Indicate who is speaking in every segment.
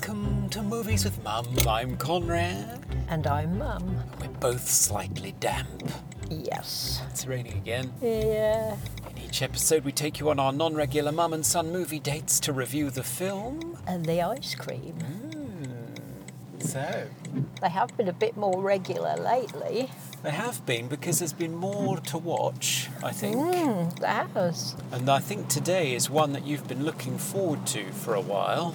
Speaker 1: to Movies with Mum. I'm Conrad.
Speaker 2: And I'm mum.
Speaker 1: We're both slightly damp.
Speaker 2: Yes.
Speaker 1: It's raining again.
Speaker 2: Yeah.
Speaker 1: In each episode, we take you on our non regular mum and son movie dates to review the film. Hmm.
Speaker 2: And the ice cream.
Speaker 1: So,
Speaker 2: They have been a bit more regular lately.
Speaker 1: they have been because there's been more to watch, I think.
Speaker 2: Mm, that has.
Speaker 1: And I think today is one that you've been looking forward to for a while.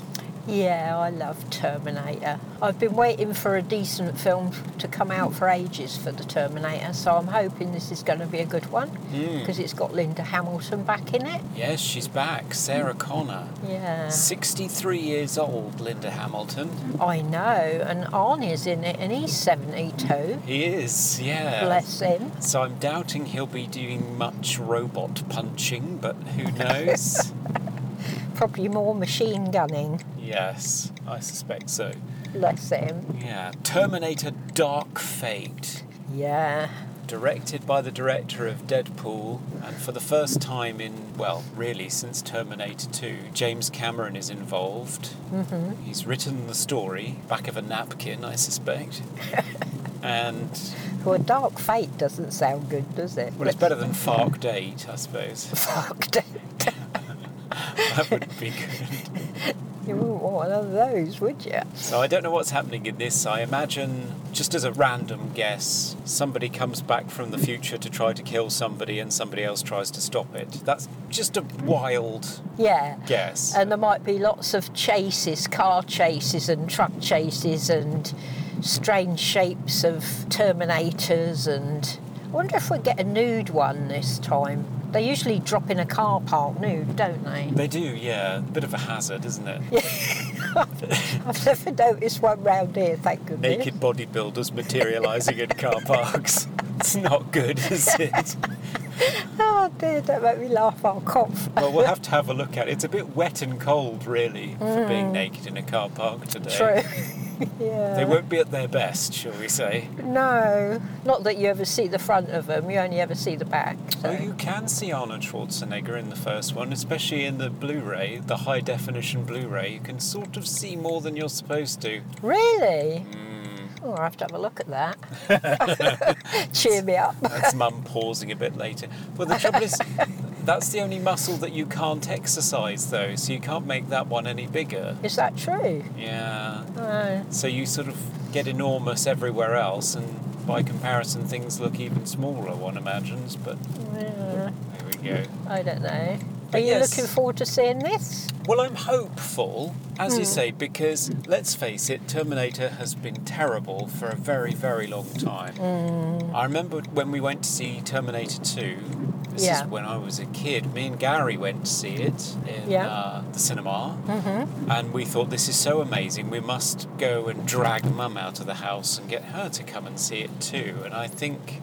Speaker 2: Yeah, I love Terminator. I've been waiting for a decent film to come out for ages for the Terminator, so I'm hoping this is going to be a good one because it's got Linda Hamilton back in it.
Speaker 1: Yes, she's back, Sarah Connor.
Speaker 2: Yeah.
Speaker 1: 63 years old, Linda Hamilton.
Speaker 2: I know, and Arnie's in it and he's 72.
Speaker 1: He is, yeah.
Speaker 2: Bless him.
Speaker 1: So I'm doubting he'll be doing much robot punching, but who knows?
Speaker 2: Probably more machine gunning.
Speaker 1: yes, I suspect so.
Speaker 2: Bless him.
Speaker 1: Yeah, Terminator Dark Fate,
Speaker 2: Yeah.
Speaker 1: directed by the director of Deadpool, and for the first time in, well, really since Terminator 2, James Cameron is involved. Mm-hmm. He's written the story, back of a napkin, I suspect. and,
Speaker 2: Well, Dark Fate doesn't sound good, does it?
Speaker 1: well, it's better than Fark Date, I suppose.
Speaker 2: Fucked.
Speaker 1: That would be good.
Speaker 2: you wouldn't want one of those, would you?
Speaker 1: So I don't know what's happening in this. I imagine, just as a random guess, somebody comes back from the future to try to kill somebody and somebody else tries to stop it. That's just a wild
Speaker 2: Yeah.
Speaker 1: guess.
Speaker 2: And there might be lots of chases, car chases, and truck chases, and strange shapes of Terminators. And I wonder if we get a nude one this time. They usually drop in a car park nude, don't they?
Speaker 1: they do, yeah. Bit of a hazard, isn't it?
Speaker 2: I've never noticed one round here, thank goodness.
Speaker 1: Naked bodybuilders materialising in car parks. It's not good, is it?
Speaker 2: Oh dear, don't make me laugh. I'll cough.
Speaker 1: Well, we'll have to have a look at it. It's a bit wet and cold, really, for being naked in a car park today.
Speaker 2: True. yeah.
Speaker 1: They won't be at their best, shall we say.
Speaker 2: No, not that you ever see the front of them. You only ever see the back.
Speaker 1: Oh,
Speaker 2: So.
Speaker 1: you can see Arnold Schwarzenegger in the first one, especially in the Blu-ray, the high definition Blu-ray. You can sort of see more than you're supposed to.
Speaker 2: Really?
Speaker 1: Mm.
Speaker 2: Oh, I have to have a look at that. Cheer me up.
Speaker 1: That's Mum pausing a bit later. Well, the trouble is, that's the only muscle that you can't exercise, though, so you can't make that one any bigger.
Speaker 2: Is that true?
Speaker 1: Yeah.
Speaker 2: No.
Speaker 1: So you sort of get enormous everywhere else, and by comparison, things look even smaller. One imagines, but
Speaker 2: Yeah,
Speaker 1: there we go.
Speaker 2: I don't know. Are
Speaker 1: But
Speaker 2: you
Speaker 1: yes.
Speaker 2: looking forward to seeing this?
Speaker 1: Well, I'm hopeful, as you say, because let's face it, Terminator has been terrible for a very, very long time. I remember when we went to see Terminator 2. This
Speaker 2: Yeah.
Speaker 1: is when I was a kid. Me and Gary went to see it in
Speaker 2: Yeah. Mm-hmm.
Speaker 1: uh, the cinema, and we thought this is so amazing. We must go and drag Mum out of the house and get her to come and see it too. And I think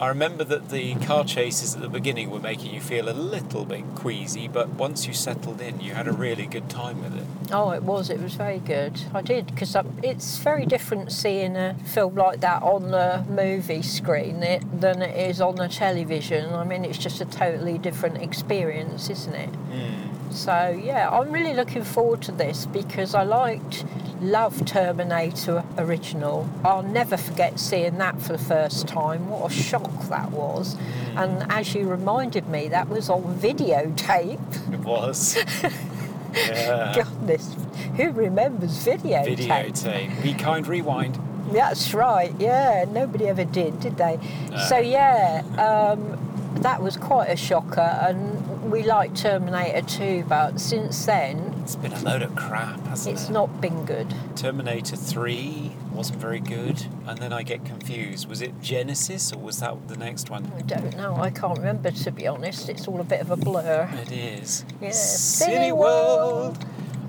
Speaker 1: I remember that the car chases at the beginning were making you feel a little bit queasy, but once you settled in, you had a really good time with it.
Speaker 2: Oh, it was. It was very good. I did because it's very different seeing a film like that on the movie screen it, than it is on the television. I mean, it's just a totally different experience, isn't it? So yeah, I'm really looking forward to this because I liked, loved Terminator original. I'll never forget seeing that for the first time. What a shock that was! And as you reminded me, that was on videotape.
Speaker 1: It was. yeah.
Speaker 2: Goodness, who remembers videotape?
Speaker 1: Videotape. Be kind, rewind.
Speaker 2: That's right. Yeah, nobody ever did, did they? So yeah, um, that was quite a shocker, and we liked Terminator 2, but since then,
Speaker 1: It's been a load of crap, hasn't
Speaker 2: it's
Speaker 1: it?
Speaker 2: not been good.
Speaker 1: Terminator 3 wasn't very good, and then I get confused. Was it Genesis or was that the next one?
Speaker 2: I don't know. I can't remember to be honest. It's all a bit of a blur.
Speaker 1: It is.
Speaker 2: Yeah.
Speaker 1: Silly
Speaker 2: Cineworld.
Speaker 1: World!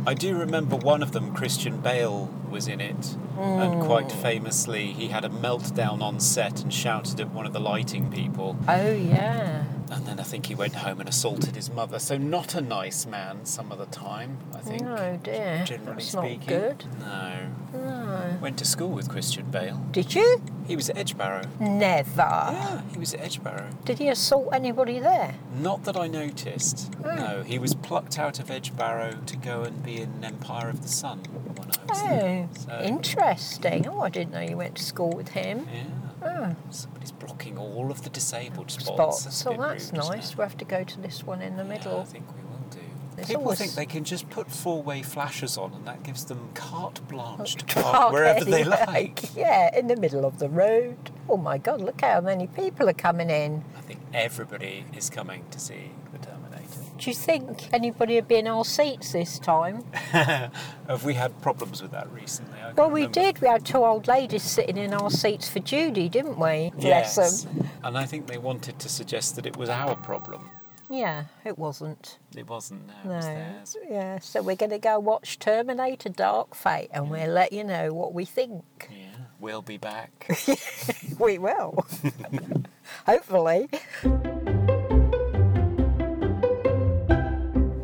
Speaker 1: I do remember one of them, Christian Bale, was in it. And
Speaker 2: Hmm.
Speaker 1: quite famously, he had a meltdown on set and shouted at one of the lighting people.
Speaker 2: Oh, yeah.
Speaker 1: And then I think he went home and assaulted his mother. So, not a nice man some of the time, I think.
Speaker 2: No, dear.
Speaker 1: Generally
Speaker 2: That's
Speaker 1: speaking.
Speaker 2: not good.
Speaker 1: No.
Speaker 2: No.
Speaker 1: Went to school with Christian Bale.
Speaker 2: Did you?
Speaker 1: He was at Edgebarrow.
Speaker 2: Never.
Speaker 1: Yeah, he was at Edgebarrow.
Speaker 2: Did he assault anybody there?
Speaker 1: Not that I noticed.
Speaker 2: Oh.
Speaker 1: No, he was plucked out of Edgebarrow to go and be in Empire of the Sun when I was there.
Speaker 2: Oh,
Speaker 1: So-
Speaker 2: interesting. Oh, I didn't know you went to school with him.
Speaker 1: Yeah.
Speaker 2: Oh,
Speaker 1: Somebody's blocking all of the disabled spots.
Speaker 2: spots.
Speaker 1: a
Speaker 2: Oh,
Speaker 1: bit
Speaker 2: that's
Speaker 1: rude, isn't
Speaker 2: nice.
Speaker 1: it?
Speaker 2: We'll have to go to this one in the
Speaker 1: Yeah, I
Speaker 2: middle.
Speaker 1: think we will do.
Speaker 2: There's
Speaker 1: People
Speaker 2: always-
Speaker 1: think they can just put four-way flashers on, and that gives them carte blanche to
Speaker 2: Park
Speaker 1: park, wherever they
Speaker 2: anywhere.
Speaker 1: like.
Speaker 2: Yeah, in the middle of the road. Oh my God, look how many people are coming in.
Speaker 1: I think everybody is coming to see the Terminator.
Speaker 2: Do you think anybody would be in our seats this time?
Speaker 1: Have we had problems with that recently? I can't
Speaker 2: Well, we
Speaker 1: remember.
Speaker 2: did. We had two old ladies sitting in our seats for Judy, didn't we? Bless
Speaker 1: Yes.
Speaker 2: them.
Speaker 1: And I think they wanted to suggest that it was our problem.
Speaker 2: Yeah, it wasn't.
Speaker 1: It wasn't. No, it
Speaker 2: No.
Speaker 1: was theirs.
Speaker 2: Yeah, so we're going to go watch Terminator Dark Fate and we'll let you know what we think.
Speaker 1: Yeah. We'll be back.
Speaker 2: We will. Hopefully.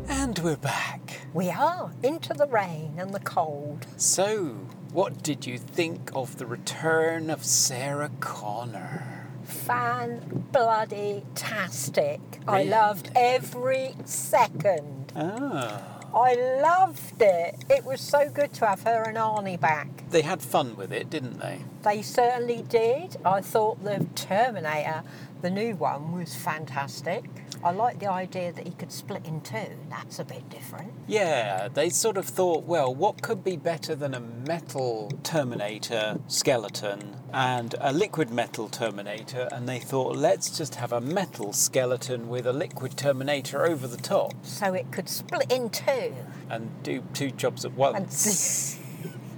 Speaker 1: and we're back.
Speaker 2: We are into the rain and the cold.
Speaker 1: So, what did you think of the return of Sarah Connor?
Speaker 2: Fan bloody tastic. I
Speaker 1: Really?
Speaker 2: loved every second.
Speaker 1: Ah.
Speaker 2: I loved it. It was so good to have her and Arnie back.
Speaker 1: They had fun with it, didn't they?
Speaker 2: They certainly did. I thought the Terminator, the new one, was fantastic. I like the idea that he could split in two. That's a bit different.
Speaker 1: Yeah, they sort of thought, well, what could be better than a metal Terminator skeleton and a liquid metal Terminator? And they thought, let's just have a metal skeleton with a liquid Terminator over the top
Speaker 2: So it could split in two.
Speaker 1: and do two jobs at
Speaker 2: And
Speaker 1: once.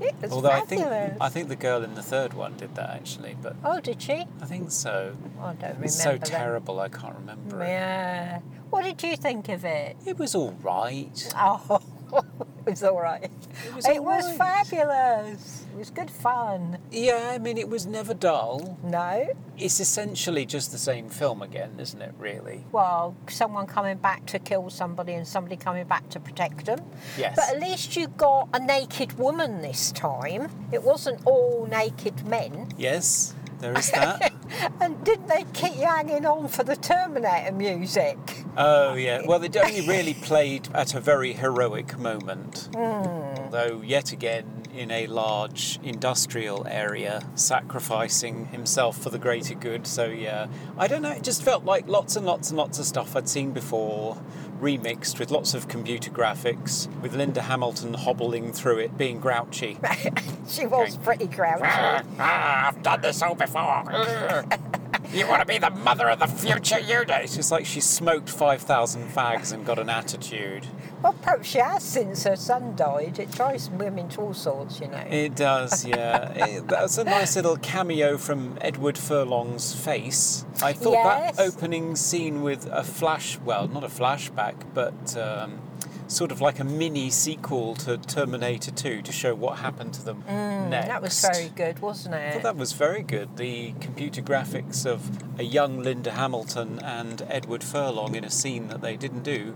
Speaker 2: it was
Speaker 1: Although I think
Speaker 2: fabulous.
Speaker 1: I think the girl in the third one did that actually, but
Speaker 2: Oh, did she?
Speaker 1: I think so.
Speaker 2: I don't remember.
Speaker 1: It's so
Speaker 2: that.
Speaker 1: terrible, I can't remember it.
Speaker 2: Yeah. What did you think of it?
Speaker 1: It was all right.
Speaker 2: Oh, it was all right. It
Speaker 1: was all right.
Speaker 2: fabulous. It was good fun.
Speaker 1: Yeah, I mean, it was never dull.
Speaker 2: No?
Speaker 1: It's essentially just the same film again, isn't it, really?
Speaker 2: Well, someone coming back to kill somebody and somebody coming back to protect them.
Speaker 1: Yes.
Speaker 2: But at least you got a naked woman this time. It wasn't all naked men.
Speaker 1: Yes, there is that.
Speaker 2: And didn't they keep you hanging on for the Terminator music?
Speaker 1: oh, yeah. Well, they only really played at a very heroic moment. Although, yet again, in a large industrial area, sacrificing himself for the greater good. So, yeah, I don't know. It just felt like lots and lots and lots of stuff I'd seen before, remixed with lots of computer graphics, with Linda Hamilton hobbling through it, being grouchy.
Speaker 2: she was pretty grouchy.
Speaker 1: Ah, I've done this all before. Ugh. you want to be the mother of the future, you do. It's just like she smoked 5,000 fags and got an attitude.
Speaker 2: Well, perhaps she has since her son died. It drives women to all sorts, you know.
Speaker 1: It does, yeah. It, that's a nice little cameo from Edward Furlong's face. I thought
Speaker 2: Yes.
Speaker 1: that opening scene with a flash, well, not a flashback, but. Um, Sort of like a mini sequel to Terminator 2 to show what happened to them next.
Speaker 2: Mm, That was very good, wasn't
Speaker 1: Well,
Speaker 2: it?
Speaker 1: that was very good. The computer graphics of a young Linda Hamilton and Edward Furlong in a scene that they didn't do.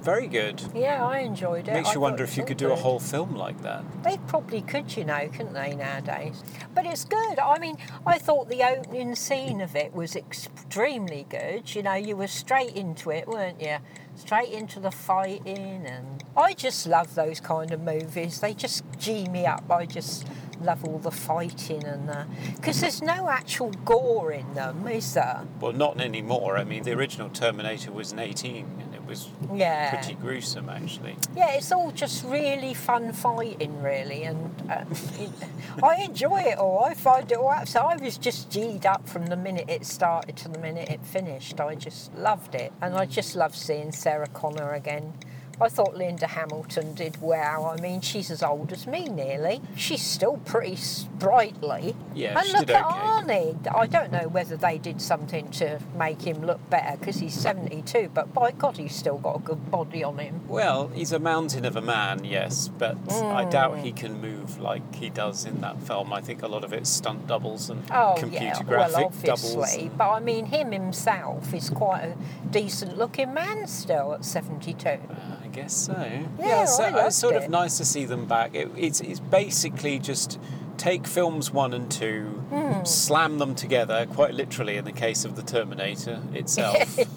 Speaker 1: Very good.
Speaker 2: Mm. yeah, I enjoyed it. I
Speaker 1: Makes
Speaker 2: thought
Speaker 1: you wonder
Speaker 2: it
Speaker 1: if you
Speaker 2: was
Speaker 1: could
Speaker 2: all
Speaker 1: do a
Speaker 2: good.
Speaker 1: whole film like that.
Speaker 2: They probably could, you know, couldn't they nowadays? But it's good. I mean, I thought the opening scene of it was extremely good. You know, you were straight into it, weren't you? Straight into the fighting, and I just love those kind of movies. They just gee me up. I just love all the fighting and the because there's no actual gore in them, is there?
Speaker 1: Well, not anymore. I mean, the original Terminator was an 18 and it was
Speaker 2: Yeah.
Speaker 1: pretty gruesome, actually.
Speaker 2: Yeah, it's all just really fun fighting, really, and uh, I enjoy it all. I find it all up. So I was just G'd up from the minute it started to the minute it finished. I just loved it, and I just love seeing Sarah Connor again. I thought Linda Hamilton did well. I mean, she's as old as me nearly. She's still pretty sprightly.
Speaker 1: Yeah,
Speaker 2: and
Speaker 1: she
Speaker 2: look
Speaker 1: did
Speaker 2: at
Speaker 1: okay.
Speaker 2: Arnie. I don't know whether they did something to make him look better because he's 72, but by God, he's still got a good body on him.
Speaker 1: Well, he's a mountain of a man, yes, but I
Speaker 2: Mm.
Speaker 1: doubt he can move like he does in that film. I think a lot of it's stunt doubles and
Speaker 2: Oh,
Speaker 1: computer
Speaker 2: yeah,
Speaker 1: graphic
Speaker 2: well,
Speaker 1: doubles.
Speaker 2: obviously. But I mean, him himself is quite a decent looking man still at 72.
Speaker 1: I guess so. Yeah,
Speaker 2: I
Speaker 1: so
Speaker 2: loved
Speaker 1: it's sort
Speaker 2: it.
Speaker 1: of nice to see them back. It, it's, it's basically just take films one and two,
Speaker 2: Hmm.
Speaker 1: slam them together, quite literally in the case of the Terminator itself, and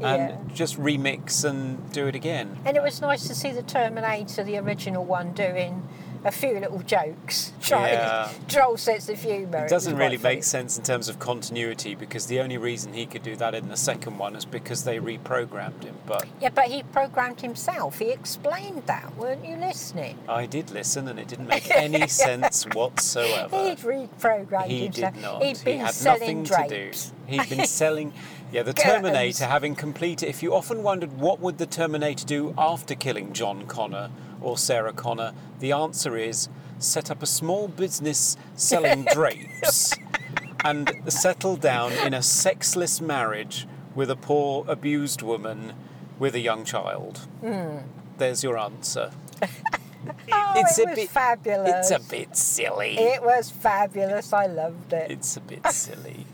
Speaker 2: Yeah.
Speaker 1: just remix and do it again.
Speaker 2: And it was nice to see the Terminator, the original one, doing a few little jokes, trying
Speaker 1: Yeah.
Speaker 2: droll sense of humour.
Speaker 1: It
Speaker 2: was
Speaker 1: doesn't
Speaker 2: quite
Speaker 1: really
Speaker 2: funny.
Speaker 1: make sense in terms of continuity because the only reason he could do that in the second one is because they reprogrammed him. But
Speaker 2: Yeah, but he programmed himself. He explained that. Weren't you listening?
Speaker 1: I did listen and it didn't make any sense whatsoever.
Speaker 2: He'd reprogrammed
Speaker 1: He
Speaker 2: himself.
Speaker 1: did not.
Speaker 2: He'd been
Speaker 1: he had nothing
Speaker 2: selling drapes.
Speaker 1: to do. He'd been selling. Yeah, the
Speaker 2: Curtains.
Speaker 1: Terminator having completed. If you often wondered what would the Terminator do after killing John Connor or Sarah Connor, the answer is set up a small business selling drapes and settle down in a sexless marriage with a poor abused woman with a young child.
Speaker 2: Hmm.
Speaker 1: There's your answer.
Speaker 2: Oh,
Speaker 1: It's
Speaker 2: it
Speaker 1: a
Speaker 2: was
Speaker 1: bit-
Speaker 2: fabulous.
Speaker 1: It's a bit silly.
Speaker 2: It was fabulous. I loved it.
Speaker 1: It's a bit silly.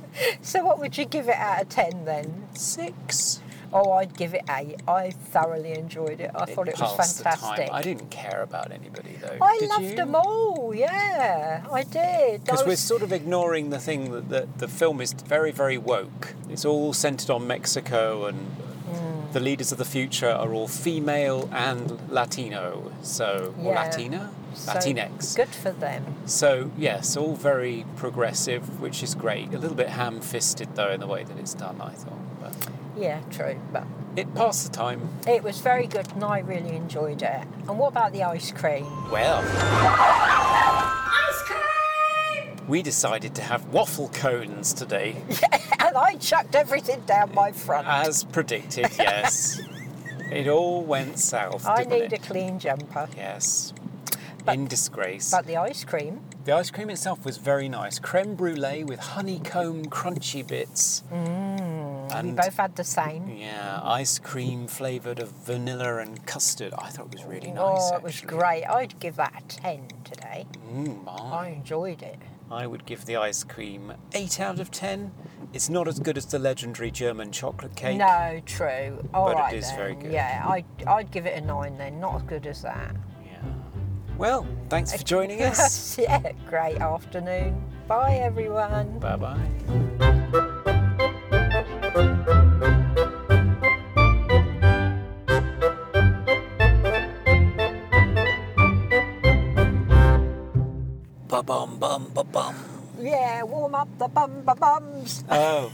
Speaker 2: So, what would you give it out of 10 then?
Speaker 1: Six.
Speaker 2: Oh, I'd give it 8. I thoroughly enjoyed it. I thought it was
Speaker 1: passed the time.
Speaker 2: fantastic.
Speaker 1: I didn't care about anybody though.
Speaker 2: I
Speaker 1: Did
Speaker 2: loved
Speaker 1: you?
Speaker 2: them all, yeah. I did. I
Speaker 1: Because we're
Speaker 2: was-
Speaker 1: sort of ignoring the thing that the, the film is very, very woke. It's all centered on Mexico, and
Speaker 2: Mm.
Speaker 1: the leaders of the future are all female and Latino. So, or
Speaker 2: Yeah.
Speaker 1: Latina?
Speaker 2: so
Speaker 1: Latinx.
Speaker 2: Good for them.
Speaker 1: So, yes, all very progressive, which is great. A little bit ham fisted, though, in the way that it's done, I thought. But
Speaker 2: Yeah, true. But
Speaker 1: it passed the time
Speaker 2: it was very good and I really enjoyed it. And what about the ice cream?
Speaker 1: well. We decided to have waffle cones today.
Speaker 2: and I chucked everything down my front.
Speaker 1: As predicted, yes. it all went south.
Speaker 2: I
Speaker 1: didn't
Speaker 2: need a
Speaker 1: it?
Speaker 2: clean jumper.
Speaker 1: Yes. In disgrace.
Speaker 2: But the ice cream,
Speaker 1: the ice cream itself was very nice. Creme brulee with honeycomb crunchy bits.
Speaker 2: we
Speaker 1: And
Speaker 2: both had the same.
Speaker 1: yeah, ice cream flavoured of vanilla and custard. I thought it was really Mm, nice.
Speaker 2: oh, it was
Speaker 1: actually.
Speaker 2: great. I'd give that a 10 today.
Speaker 1: Mm, my.
Speaker 2: I enjoyed it.
Speaker 1: I would give the ice cream 8 out of 10. It's not as good as the legendary German chocolate cake.
Speaker 2: No, true. All right
Speaker 1: But it is
Speaker 2: then.
Speaker 1: very good.
Speaker 2: Yeah, I'd, I'd give it a 9 then. Not as good as that.
Speaker 1: Yeah. Well, thanks for joining us.
Speaker 2: yeah, great afternoon. Bye, everyone.
Speaker 1: bye bye. Ba bum bum ba bum.
Speaker 2: Yeah, warm up the bum bums.
Speaker 1: Oh.